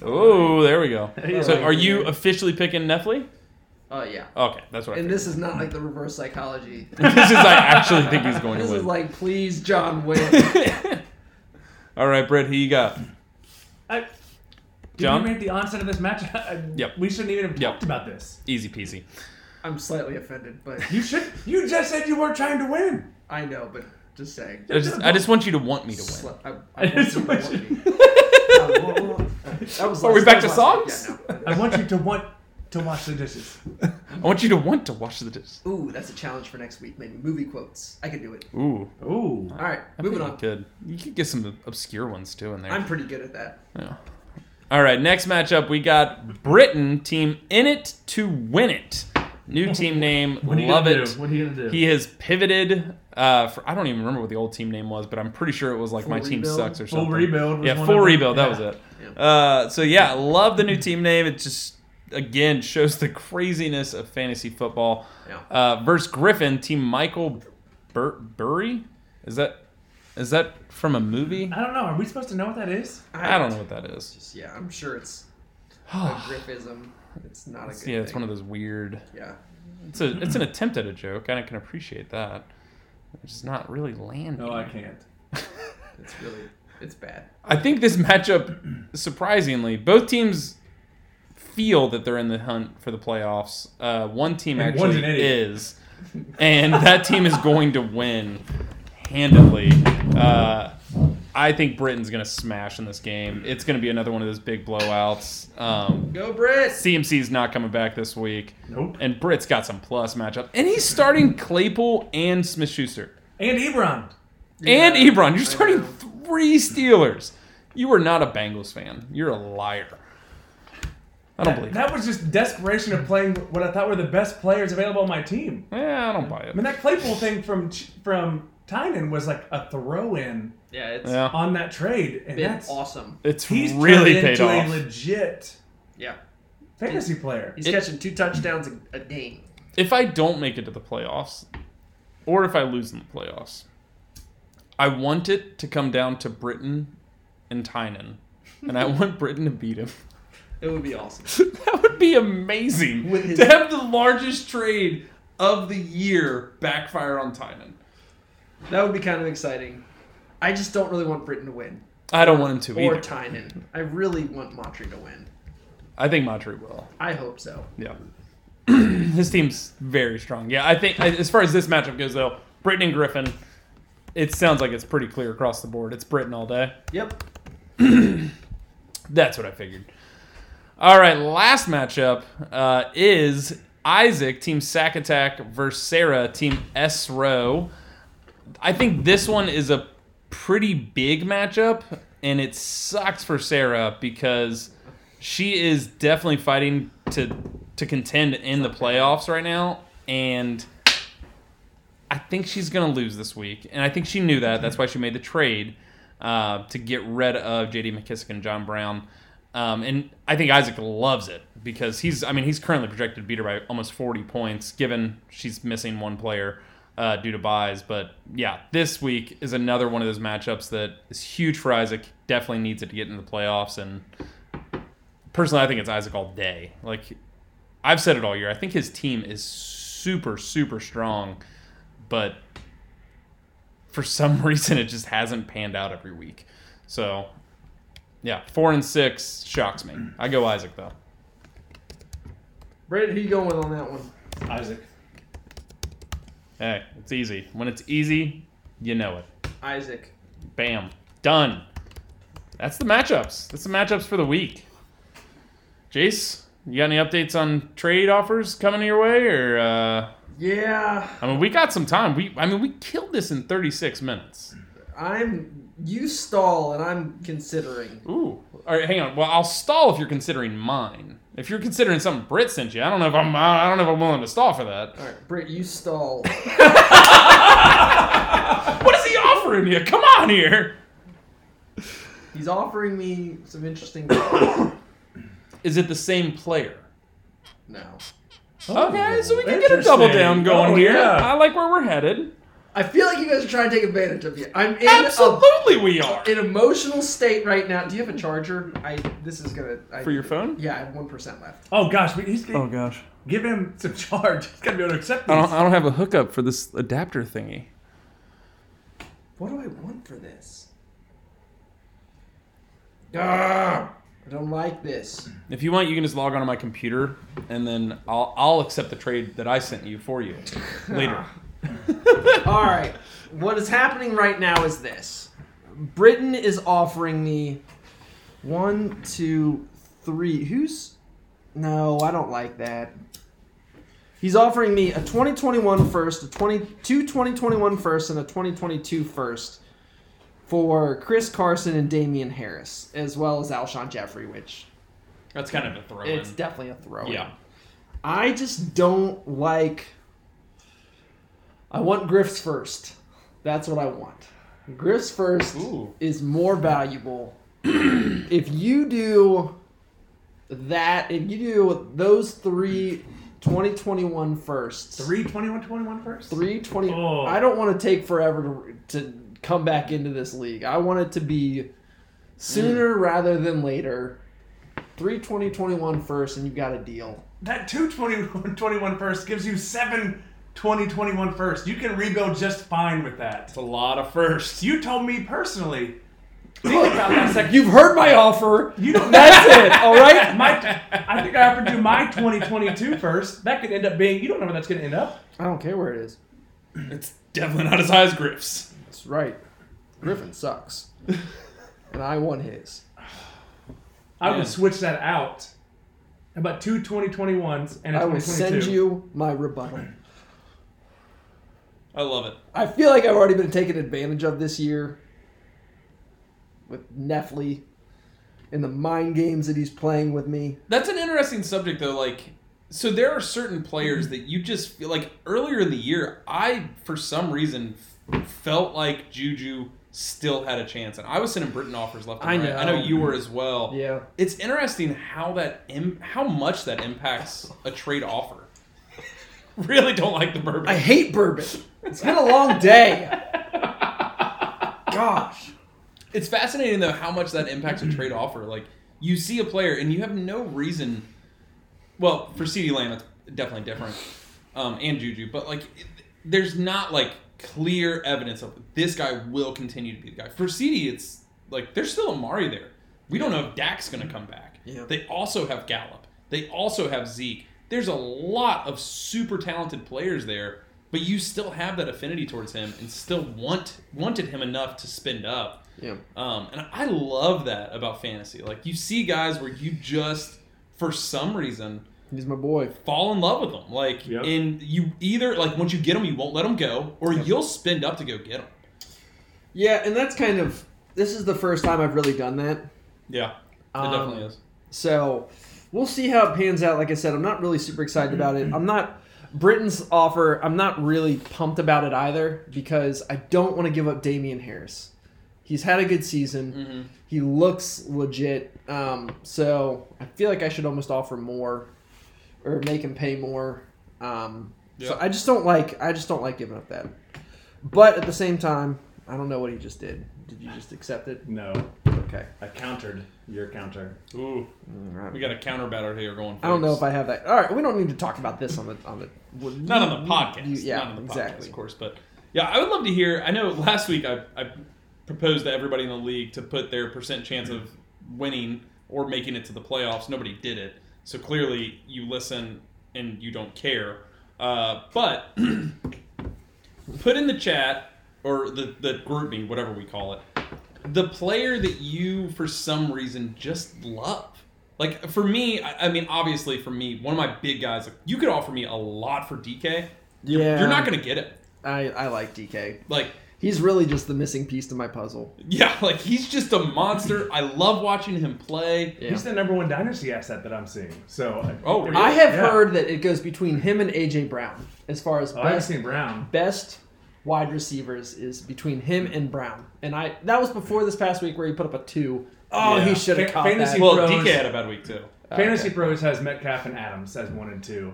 oh, there we go. Hey, So, yeah. are you officially picking Nefli? Oh yeah. Okay, that's what I And figured. this is not like the reverse psychology. this is I actually think he's going to This is win. like, please, John, win. All right, Britt, who you got? I, John? Did we make the onset of this match? I- Yep. We shouldn't even have Yep. talked about this. Easy peasy. I'm slightly offended, but You should. You just said you weren't trying to win. I know, but just saying. I just, I just want you to want me to win. Sli- I, I I just just wish want you you- to want me. Uh, well, well, uh, that was Are we last- back to that was last- songs? Yeah, no. I want you to want to wash the dishes. I want you to want to wash the dishes. Ooh, that's a challenge for next week. Maybe movie quotes. I can do it. Ooh, Ooh. All right, I moving think on. you could. You could get some obscure ones too in there. I'm pretty good at that. Yeah. All right, next matchup we got Britain team in it to win it. New team name, What are you love gonna it. do? What are you gonna do? He has pivoted. Uh, for, I don't even remember what the old team name was, but I'm pretty sure it was like Full my team Rebuild? sucks or Full something. Rebuild was Yeah, one full of them. rebuild. That Yeah. was it. Yeah. Uh, so yeah, love the new team name. It just again shows the craziness of fantasy football. Yeah. Uh, versus Griffin team Michael Bur- Burry. Is that is that from a movie? I don't know. Are we supposed to know what that is? I don't know what that is. Just, yeah, I'm sure it's a grippism. It's not a good Yeah, it's thing. one of those weird. Yeah. It's a it's an attempt at a joke, and I can appreciate that. It's just not really landing. No, I can't. It's really it's bad. I think this matchup, surprisingly, both teams feel that they're in the hunt for the playoffs. Uh, one team And one's actually an idiot. is, and that team is going to win handedly. Uh, I think Britain's going to smash in this game. It's going to be another one of those big blowouts. Um, Go Brits. CMC's not coming back this week, Nope. and Britt's got some plus matchup, and he's starting Claypool and Smith Schuster And Ebron. and Yeah, Ebron. I You're starting know. three Steelers. You are not a Bengals fan. You're a liar. I don't believe it. That was just desperation of playing what I thought were the best players available on my team. Yeah, I don't buy I mean, it. that Claypool thing from Ch- from Tynan was like a throw in Yeah, it's Yeah, on that trade, and been that's awesome. it's he's really turned paid into off. a legit Yeah. fantasy player. He's It- catching two touchdowns a, a game. if I don't make it to the playoffs, or if I lose in the playoffs, I want it to come down to Britain and Tynan, and I want Britain to beat him. It would be awesome. that would be amazing With his- to have the largest trade of the year backfire on Tynan. That would be kind of exciting. I just don't really want Britain to win I don't want him to or either. Tynan. I really want Montre to win. I think Montre will. I hope so. Yeah. his team's very strong. Yeah, I think as far as this matchup goes, though, Britton and Griffin, it sounds like it's pretty clear across the board. It's Britton all day. Yep. That's what I figured. All right, last matchup uh, is Isaac Team Sack Attack versus Sarah Team S Row. I think this one is a pretty big matchup, and it sucks for Sarah because she is definitely fighting to to contend in the playoffs right now, and I think she's gonna lose this week, and I think she knew that. That's why she made the trade uh, to get rid of J.D. McKissick and John Brown. Um, and I think Isaac loves it because he's, I mean, he's currently projected to beat her by almost 40 points, given she's missing one player uh, due to buys. But yeah, this week is another one of those matchups that is huge for Isaac. Definitely needs it to get into the playoffs. And personally, I think it's Isaac all day. Like I've said it all year, I think his team is super, super strong, but for some reason it just hasn't panned out every week. So yeah, four and six shocks me. I go Isaac though. Brett, who you going with on that one? Isaac. Hey, it's easy. When it's easy, you know it. Isaac. Bam. Done. That's the matchups. That's the matchups for the week. Jace, you got any updates on trade offers coming your way or uh Yeah, I mean we got some time. We I mean we killed this in 36 minutes. I'm. You stall, and I'm considering. Ooh. All right, hang on. Well, I'll stall if you're considering mine. If you're considering something Brit sent you, I don't know if I'm I don't know if I'm willing to stall for that. All right, Britt, you stall. What is he offering you? Come on here. He's offering me some interesting. no. Is it the same player? Oh, Okay, so Oh, we can get a Oh, Interesting. double down going Oh, here. yeah. I like where we're headed. I feel like you guys are trying to take advantage of you. I'm in a, Absolutely, we are. an emotional state right now. Do you have a charger? I. This is gonna. I, For your phone? Yeah, I have one percent left. Oh gosh, we- he's oh, gosh. give him some charge. He's gotta be able to accept I this. don't, I don't have a hookup for this adapter thingy. What do I want for this? Ah, I don't like this. If you want, you can just log on to my computer, and then I'll, I'll accept the trade that I sent you for you later. All right. What is happening right now is this Britain is offering me one, two, three. Who's. No, I don't like that. He's offering me a 2021 first, a 20, two 2021 first, and a 2022 first for Chris Carson and Damian Harris, as well as Alshon Jeffrey, which That's kind of a throw it's definitely a throw. yeah. I just don't like. I want Griff's first. That's what I want. Griff's first Ooh. is more valuable. if you do that, if you do those three 2021 firsts, Three twenty-one twenty-one first. 320. Oh. I don't want to take forever to, to come back into this league. I want it to be Mm. sooner rather than later. 32021 first, and you got a deal. That two 21 21 first gives you seven 20 21 first. You can rebuild just fine with that. It's a lot of firsts. You told me personally. Think Oh. about that second. You've heard my offer. You don't That's it. All right. My, I think I offered you my 2022 first. That could end up being, you don't know where that's going to end up. I don't care where it is. It's definitely not as high as Griff's. That's right. Griffin sucks, and I won his. I Yeah. would switch that out. How about two 2021s and a I will 2022? send you my rebuttal. I love it. I feel like I've already been taken advantage of this year with Nefli and the mind games that he's playing with me. That's an interesting subject, though. Like, so there are certain players that you just feel like earlier in the year, I, for some reason, f- felt like Juju still had a chance. And I was sending Britain offers left and I right. I know know. you were as well. Yeah. It's interesting how that Im- how much that impacts a trade offer. really don't like the bourbon. I hate bourbon. It's been a long day. Gosh. it's fascinating though how much that impacts a trade offer. Like you see a player and you have no reason. Well, for CD Lamb, it's definitely different, um, and Juju, but like it, there's not like clear evidence of this guy will continue to be the guy. For CD, it's like there's still Amari there. We don't know if Dak's going to come back. Yeah. They also have Gallup. They also have Zeke. There's a lot of super talented players there, but you still have that affinity towards him and still want wanted him enough to spend up. Yeah. Um, and I love that about fantasy. Like you see guys where you just for some reason He's my boy. fall in love with them. Like Yep. and you either like once you get them you won't let them go or you'll spend up to go get them. Yeah, and that's kind of this is the first time I've really done that. Yeah. It Um, definitely is. So we'll see how it pans out. Like I said, I'm not really super excited about it. I'm not Britain's offer. I'm not really pumped about it either because I don't want to give up Damian Harris. He's had a good season. Mhm. He looks legit. Um, so I feel like I should almost offer more or make him pay more. Um, So Yeah. I just don't like. I just don't like giving up that. But at the same time, I don't know what he just did. Did you just accept it? No, Okay. I countered your counter. Ooh. mm, All right. We got a counter batter here going. I don't know if I have that. All right, we don't need to talk about this on the on the not on the podcast. You- yeah, not on the exactly. podcast, of course. But yeah, I would love to hear. I know last week I, I proposed to everybody in the league to put their percent chance of winning or making it to the playoffs. Nobody did it, so clearly you listen and you don't care. Uh, but put in the chat or the the group me, whatever we call it, the player that you for some reason just love. Like for me, I, I mean, obviously for me, one of my big guys. Like, you could offer me a lot for DK. You're, Yeah. you're not gonna get it. I I like DK. Like He's really just the missing piece to my puzzle. yeah, like he's just a monster. I love watching him play. Yeah. He's the number one dynasty asset that I'm seeing. So I- Oh, really? I have Yeah. heard that it goes between him and AJ Brown as far as Oh, I haven't best seen Brown. best wide receivers is between him and Brown. And I that was before this past week where he put up a two. Oh, Yeah. he should have Fa- caught fantasy- that. Well, Rose. DK had a bad week too. Ah, Fantasy Pros has Metcalf and Adams as one and two.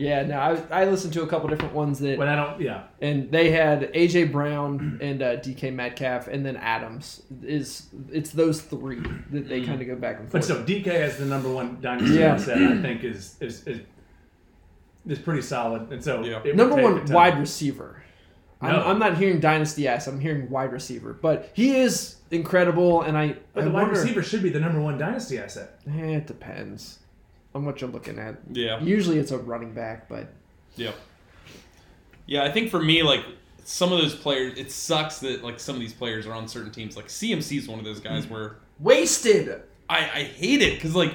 Yeah, no, I, I listened to a couple different ones that But I don't. Yeah, and they had AJ Brown and uh, DK Metcalf, and then Adams is it's those three that they kind of go back and but forth. Mm-hmm. so DK as the number one dynasty Yeah. asset, I think is is is, is pretty solid. And so Yeah. it would Number take one a ton. wide receiver. No. I'm, I'm not hearing dynasty ass. I'm hearing wide receiver, but he is incredible, and I. But I the wide wonder- receiver should be the number one dynasty asset. Eh, it depends on what you're looking at. Yeah. Usually it's a running back, but Yeah. Yeah, I think for me, like some of those players, it sucks that like some of these players are on certain teams. Like CMC is one of those Mm. guys where wasted. I, I hate it because like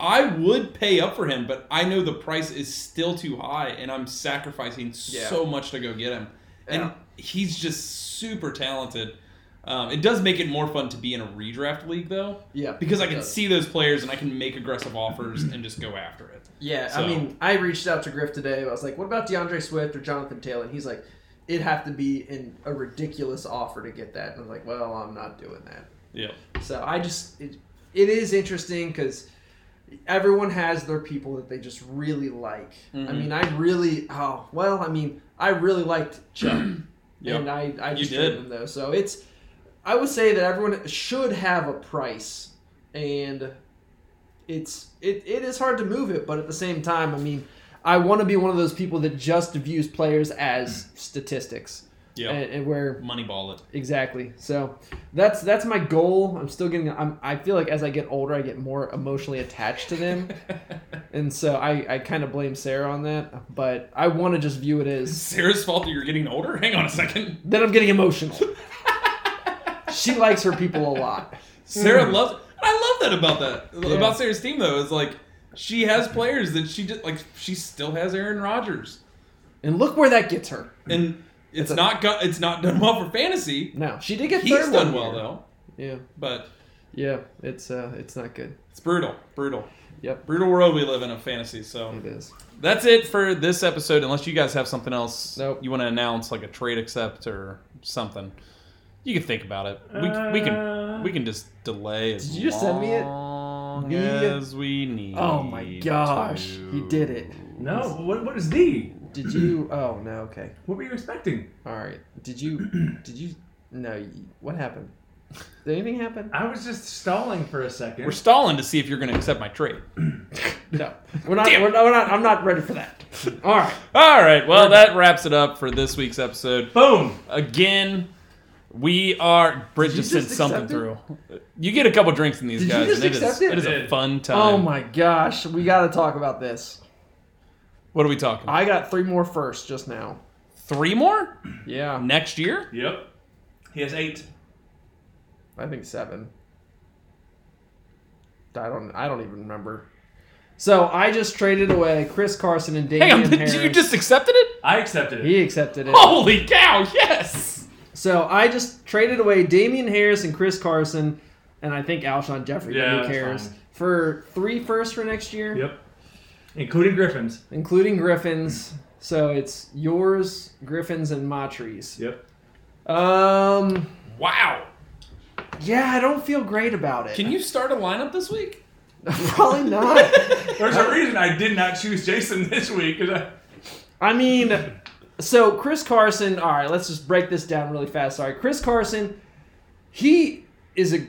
I would pay up for him, but I know the price is still too high, and I'm sacrificing Yeah. so much to go get him. Yeah. And he's just super talented. Um, it does make it more fun to be in a redraft league though, Yeah, because I can does. see those players and I can make aggressive offers and just go after it. Yeah, I So- mean, I reached out to Griff today. I was like, "What about DeAndre Swift or Jonathan Taylor?" And he's like, "It'd have to be in a ridiculous offer to get that." And I'm like, "Well, I'm not doing that." Yeah. So I just it, it is interesting because everyone has their people that they just really like. I Mhm. mean, I really oh well, I mean, I really liked Chubb, Yeah. and I I You just did. did him though. So it's I would say that everyone should have a price and it's it, it is hard to move it, but at the same time, I mean, I want to be one of those people that just views players as statistics, Yeah. and, and where Moneyball it. exactly. So that's that's my goal. I'm still getting. I'm, I feel like as I get older, I get more emotionally attached to them, and so I I kind of blame Sarah on that. But I want to just view it as Sarah's fault that you're getting older? Hang on a second. then I'm getting emotional. she likes her people a lot. Sarah loves. and I love that about that Hmm. Yeah. about Sarah's team though. Is like she has players that she just like she still has Aaron Rodgers, And look where that gets her. and it's not go, it's not done well for fantasy. Now she did get He's third done one well year. though, Yeah. but Yeah, it's uh, it's not good. it's brutal, brutal, Yep, brutal world we live in of fantasy. So it is. that's it for this episode. Unless you guys have something else Nope. you want to announce, like a trade accept or something. You can think about it. We, we can we can just delay as Uh, Did you just send me it? long Me? as we need. Oh my gosh, he did it. No, what what is the? Did you? Oh no. Okay. What were you expecting? All right. Did you? Did you? No. You, what happened? Did anything happen? I was just stalling for a We're second. stalling to see if you're going to accept my trade. No. We're not. Damn. We're not, we're not. I'm not ready for that. All right. All right. Well, that wraps it up for this week's episode. Boom. Again, we are. Brit Did you just sent just something accept through. You get a couple drinks in these Did you guys, just Oh and it is, accept it? it is a fun time. Oh my gosh. We got to talk about this. What are we talking? about? I got three more first just now. Three more Yeah, next year? Yep. He has eight. I think seven. I don't. I don't even remember. So I just traded away Chris Carson and Damian Hang on, Harris. you just Oh. accepted it? I accepted it. he accepted it. Holy cow! Yes. So I just traded away Damian Harris and Chris Carson, and I think Alshon Jeffrey. but Yeah, who that's cares? fine. For three firsts for next year, Yep. Including Griffins. including Griffins. So it's yours, Griffins, and Matries. Yep. Um, Wow. yeah, I don't feel great about it. Can you start a lineup this week? Probably not. There's a reason I did not choose Jason this week. 'cause I, I mean, so Chris Carson. All right, let's just break this down really fast. Sorry, Chris Carson. He is a.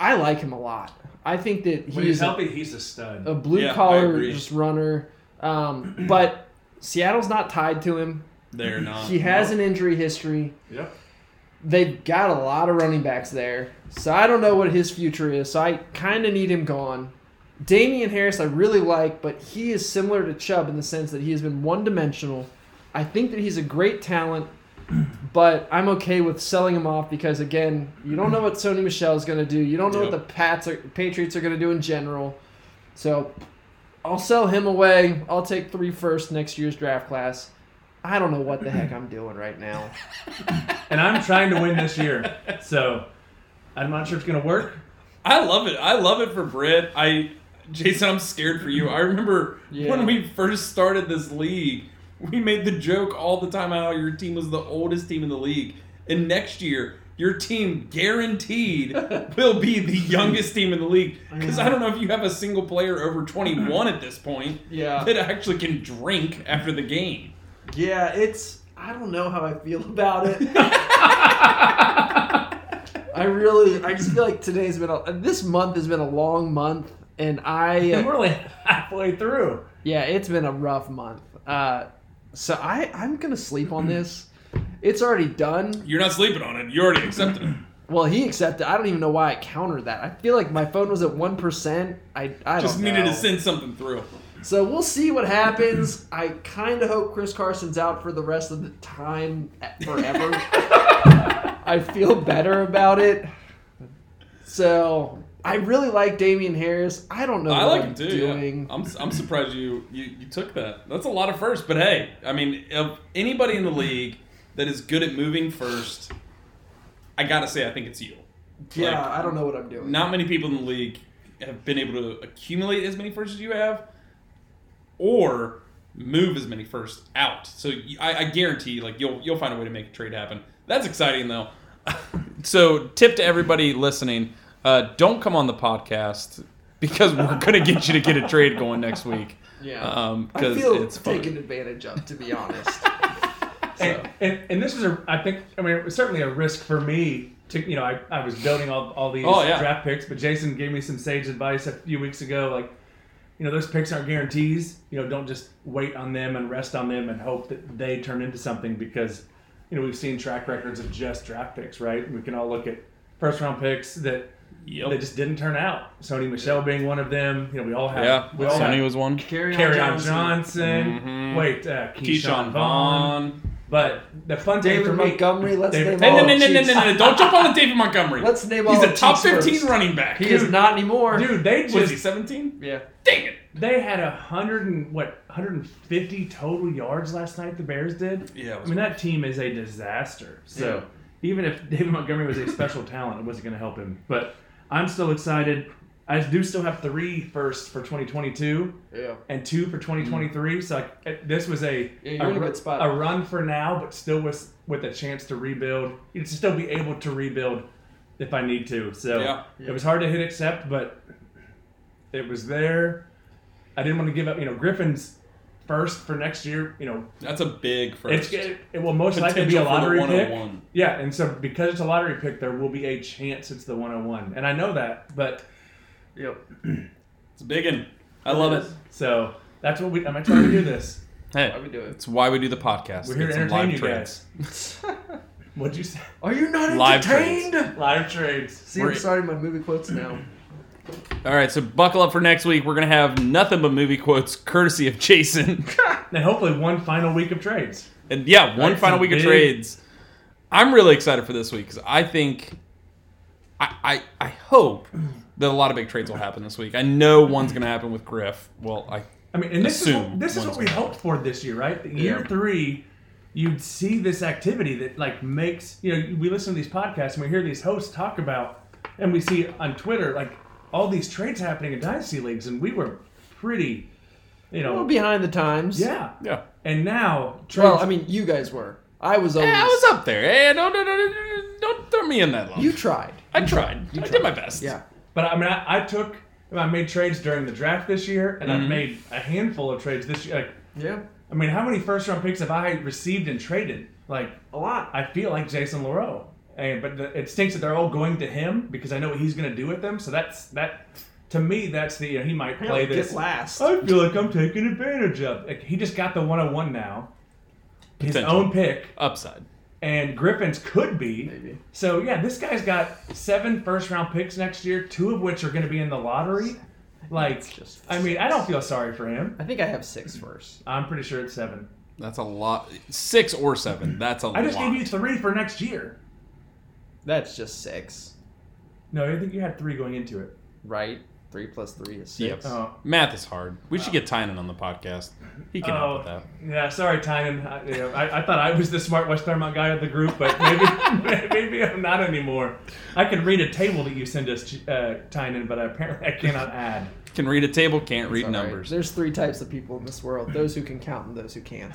I like him a lot. I think that when he's he's a, healthy, he's a stud. a blue Yeah, I collar agree. just runner. Um, but Seattle's not tied to him. They're not. He has an injury history. Yep. They've got a lot of running backs there. So I don't know what his future is. So I kind of need him gone. Damian Harris, I really like, but he is similar to Chubb in the sense that he has been one dimensional. I think that he's a great talent, but I'm okay with selling him off because, again, you don't know what Sony Michelle is going to do. You don't know what Yep. the Pats are, Patriots are going to do in general. So I'll sell him away. I'll take three first next year's draft class. I don't know what the heck I'm doing right now. And I'm trying to win this year. So I'm not sure it's going to work. I love it. I love it for Britt. I, Jason, I'm scared for you. I remember Yeah. when we first started this league, we made the joke all the time how your team was the oldest team in the league, and next year your team guaranteed will be the youngest team in the league because I don't know if you have a single player over 21 at this point Yeah. that actually can drink after the game. Yeah, it's. I don't know how I feel about it. I really. I just feel like today's been. A, this month has been a long month, and And I. we're only halfway through. Yeah, it's been a rough month. Uh, so I. I'm gonna sleep on this. It's already done. You're not sleeping on it. You already accepted it. Well, he accepted. I don't even know why I countered that. I feel like my phone was at one percent. I. I Just don't needed know. to send something through. So we'll see what happens. I kind of hope Chris Carson's out for the rest of the time forever. I feel better about it. So I really like Damian Harris. I don't know I what like I'm him too. yeah. doing. I'm, I'm surprised you, you you took that. That's a lot of firsts, but hey, I mean, of anybody in the league that is good at moving first, I gotta say, I think it's you. Yeah, Like, I don't know what I'm doing. Not many people in the league have been able to accumulate as many firsts as you have, or move as many firsts out. So you- I, I guarantee, like you'll you'll find a way to make a trade happen. That's exciting though. so tip to everybody listening: uh, don't come on the podcast because we're gonna get you to get a trade going next week. yeah, Um, I because feel it's fun. taken advantage of, to be honest. And, and, and this is a, I think, I mean, it was certainly a risk for me to, you know, I, I was building all, all these Oh, yeah. draft picks, but Jason gave me some sage advice a few weeks ago. Like, you know, those picks aren't guarantees. You know, don't just wait on them and rest on them and hope that they turn into something because, you know, we've seen track records of just draft picks, right? We can all look at first round picks that Yep. they just didn't turn out. Sony Michelle being one of them. You know, we all have, yeah, we all Sonny have was one. Carry Carry on Johnson. Wait, uh, Keyshawn, Keyshawn Vaughn. Vaughn. But the fun thing David for me, Montgomery. Let's David- name Hey, all no, the no, no, no, no, Chiefs. no, Don't jump on the David Montgomery. Let's name all He's the a top Chiefs 15 first. running back. He is not anymore. dude, they was he just 17? Yeah. Dang it. they had a hundred and what, hundred and fifty total yards last night. The Bears did. Yeah, it I was- mean that team is a disaster. So even if David Montgomery was a special talent, it wasn't going to help him. But I'm still excited. I do still have three firsts for 2022 Yeah. and two Mm. for 2023. So I, it- this was a Yeah, you're a, in a ru- good spot. a run for now, but still with with a chance to rebuild. You'd still be able to rebuild if I need to. So Yeah. it was hard to hit accept, but it was there. I didn't want to give up. You know, Griffin's first for next year. You know, That's a big it's first. it, it will most likely be a Potential for the lottery pick. 101. Yeah, and so because it's a lottery pick, there will be a chance it's the 101, and I know that, but. Yep. It's a big and I love it. So that's what we. I'm trying to do this. Hey, we do it. it's why we do the podcast. We're here Get to some entertain live you trades. guys. What'd you say? Are you not Live entertained? Live trades. See, We're- I'm starting my movie quotes now. All right, so buckle up for next week. We're going to have nothing but movie quotes courtesy of Jason. And hopefully one final week of trades. And yeah, one That's final a week of big- trades. I'm really excited for this week because I think, I, I I hope that a lot of big trades will happen this week. I know one's going to happen with Griff. Well, I I mean, and this is Assume what, this is one's what we gonna hoped for this year, right? That Year Yeah. three, you'd see this activity that like makes you know we listen to these podcasts and we hear these hosts talk about, and we see on Twitter like all these trades happening in dynasty leagues, and we were pretty, you A know, little behind the times. yeah. yeah. And now trades, Well, I mean, you guys were. I was always. Hey, I was up there. Eh, Hey, don't don't, don't, don't- don't throw me in that lump. You tried. I tried. I did my best. Yeah. but I mean I, I took I made trades during the draft this year, and I've made a handful of trades this year. Like, Yeah. I mean, how many first round picks have I received and traded? Like A lot. I feel like Jason Leroux. And, but the, it stinks that they're all going to him because I know what he's going to do with them. So that's that. To me, that's the you know, he might play Apparently this. Get last. I feel like I'm taking advantage of. Like, he just got the 101 now, his Potential. own pick, Upside. and Griffin's could be. Maybe. So yeah, this guy's got seven first round picks next year, two of which are going to be in the lottery. Like, just- I mean, I don't feel sorry for him. I think I have six first. I'm pretty sure it's seven. That's a lot. Six or seven. That's a I just lot. gave you three for next year. That's just six, No, I think you had three going into it. right? Three plus three is Yep. six. Oh. Math is hard. We should get Tynan on the podcast. He can Oh. help with that. Yeah, sorry, Tynan. I, you know, I, I thought I was the smart West Claremont guy of the group, but maybe maybe I'm not anymore. I can read a table that you send us, uh, Tynan, but apparently I cannot add. Can read a table, can't read All right. numbers. There's three types of people in this world: those who can count and those who can't.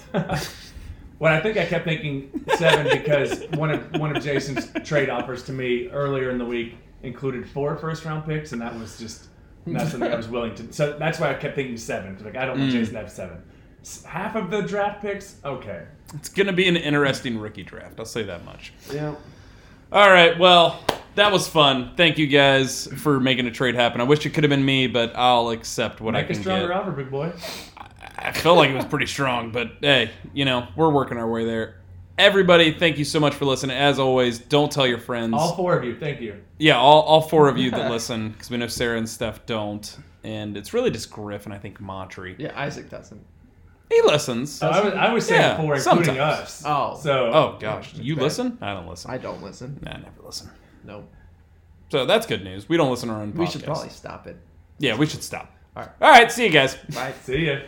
Well, I think I kept thinking seven because one of one of Jason's trade offers to me earlier in the week included four first round picks, and that was just not something I was willing to. So that's why I kept thinking seven. 'cause, Like I don't Mm. want Jason to have seven. S- Half of the draft picks, okay. It's going to be an interesting rookie draft. I'll say that much. yeah. All right. Well, that was fun. Thank you guys for making a trade happen. I wish it could have been me, but I'll accept what I Make a can stronger get. offer, big boy. I felt like it was pretty strong, but hey, you know, we're working our way there. Everybody, thank you so much for listening. As always, don't tell your friends. All four of you, thank you. yeah, all, all four of you that listen, because we know Sarah and Steph don't. And it's really just Griff and I think Montre. Yeah. Isaac doesn't. He listens. So I was, I was saying Yeah, four, including sometimes. us. Oh. so oh, gosh. You bad. listen? I don't listen. I I, don't listen. nah, I never listen. No. So that's good news. We don't listen to our own We should podcasts. probably stop it. Yeah, we should stop. All right. All right. See you guys. Bye. see ya.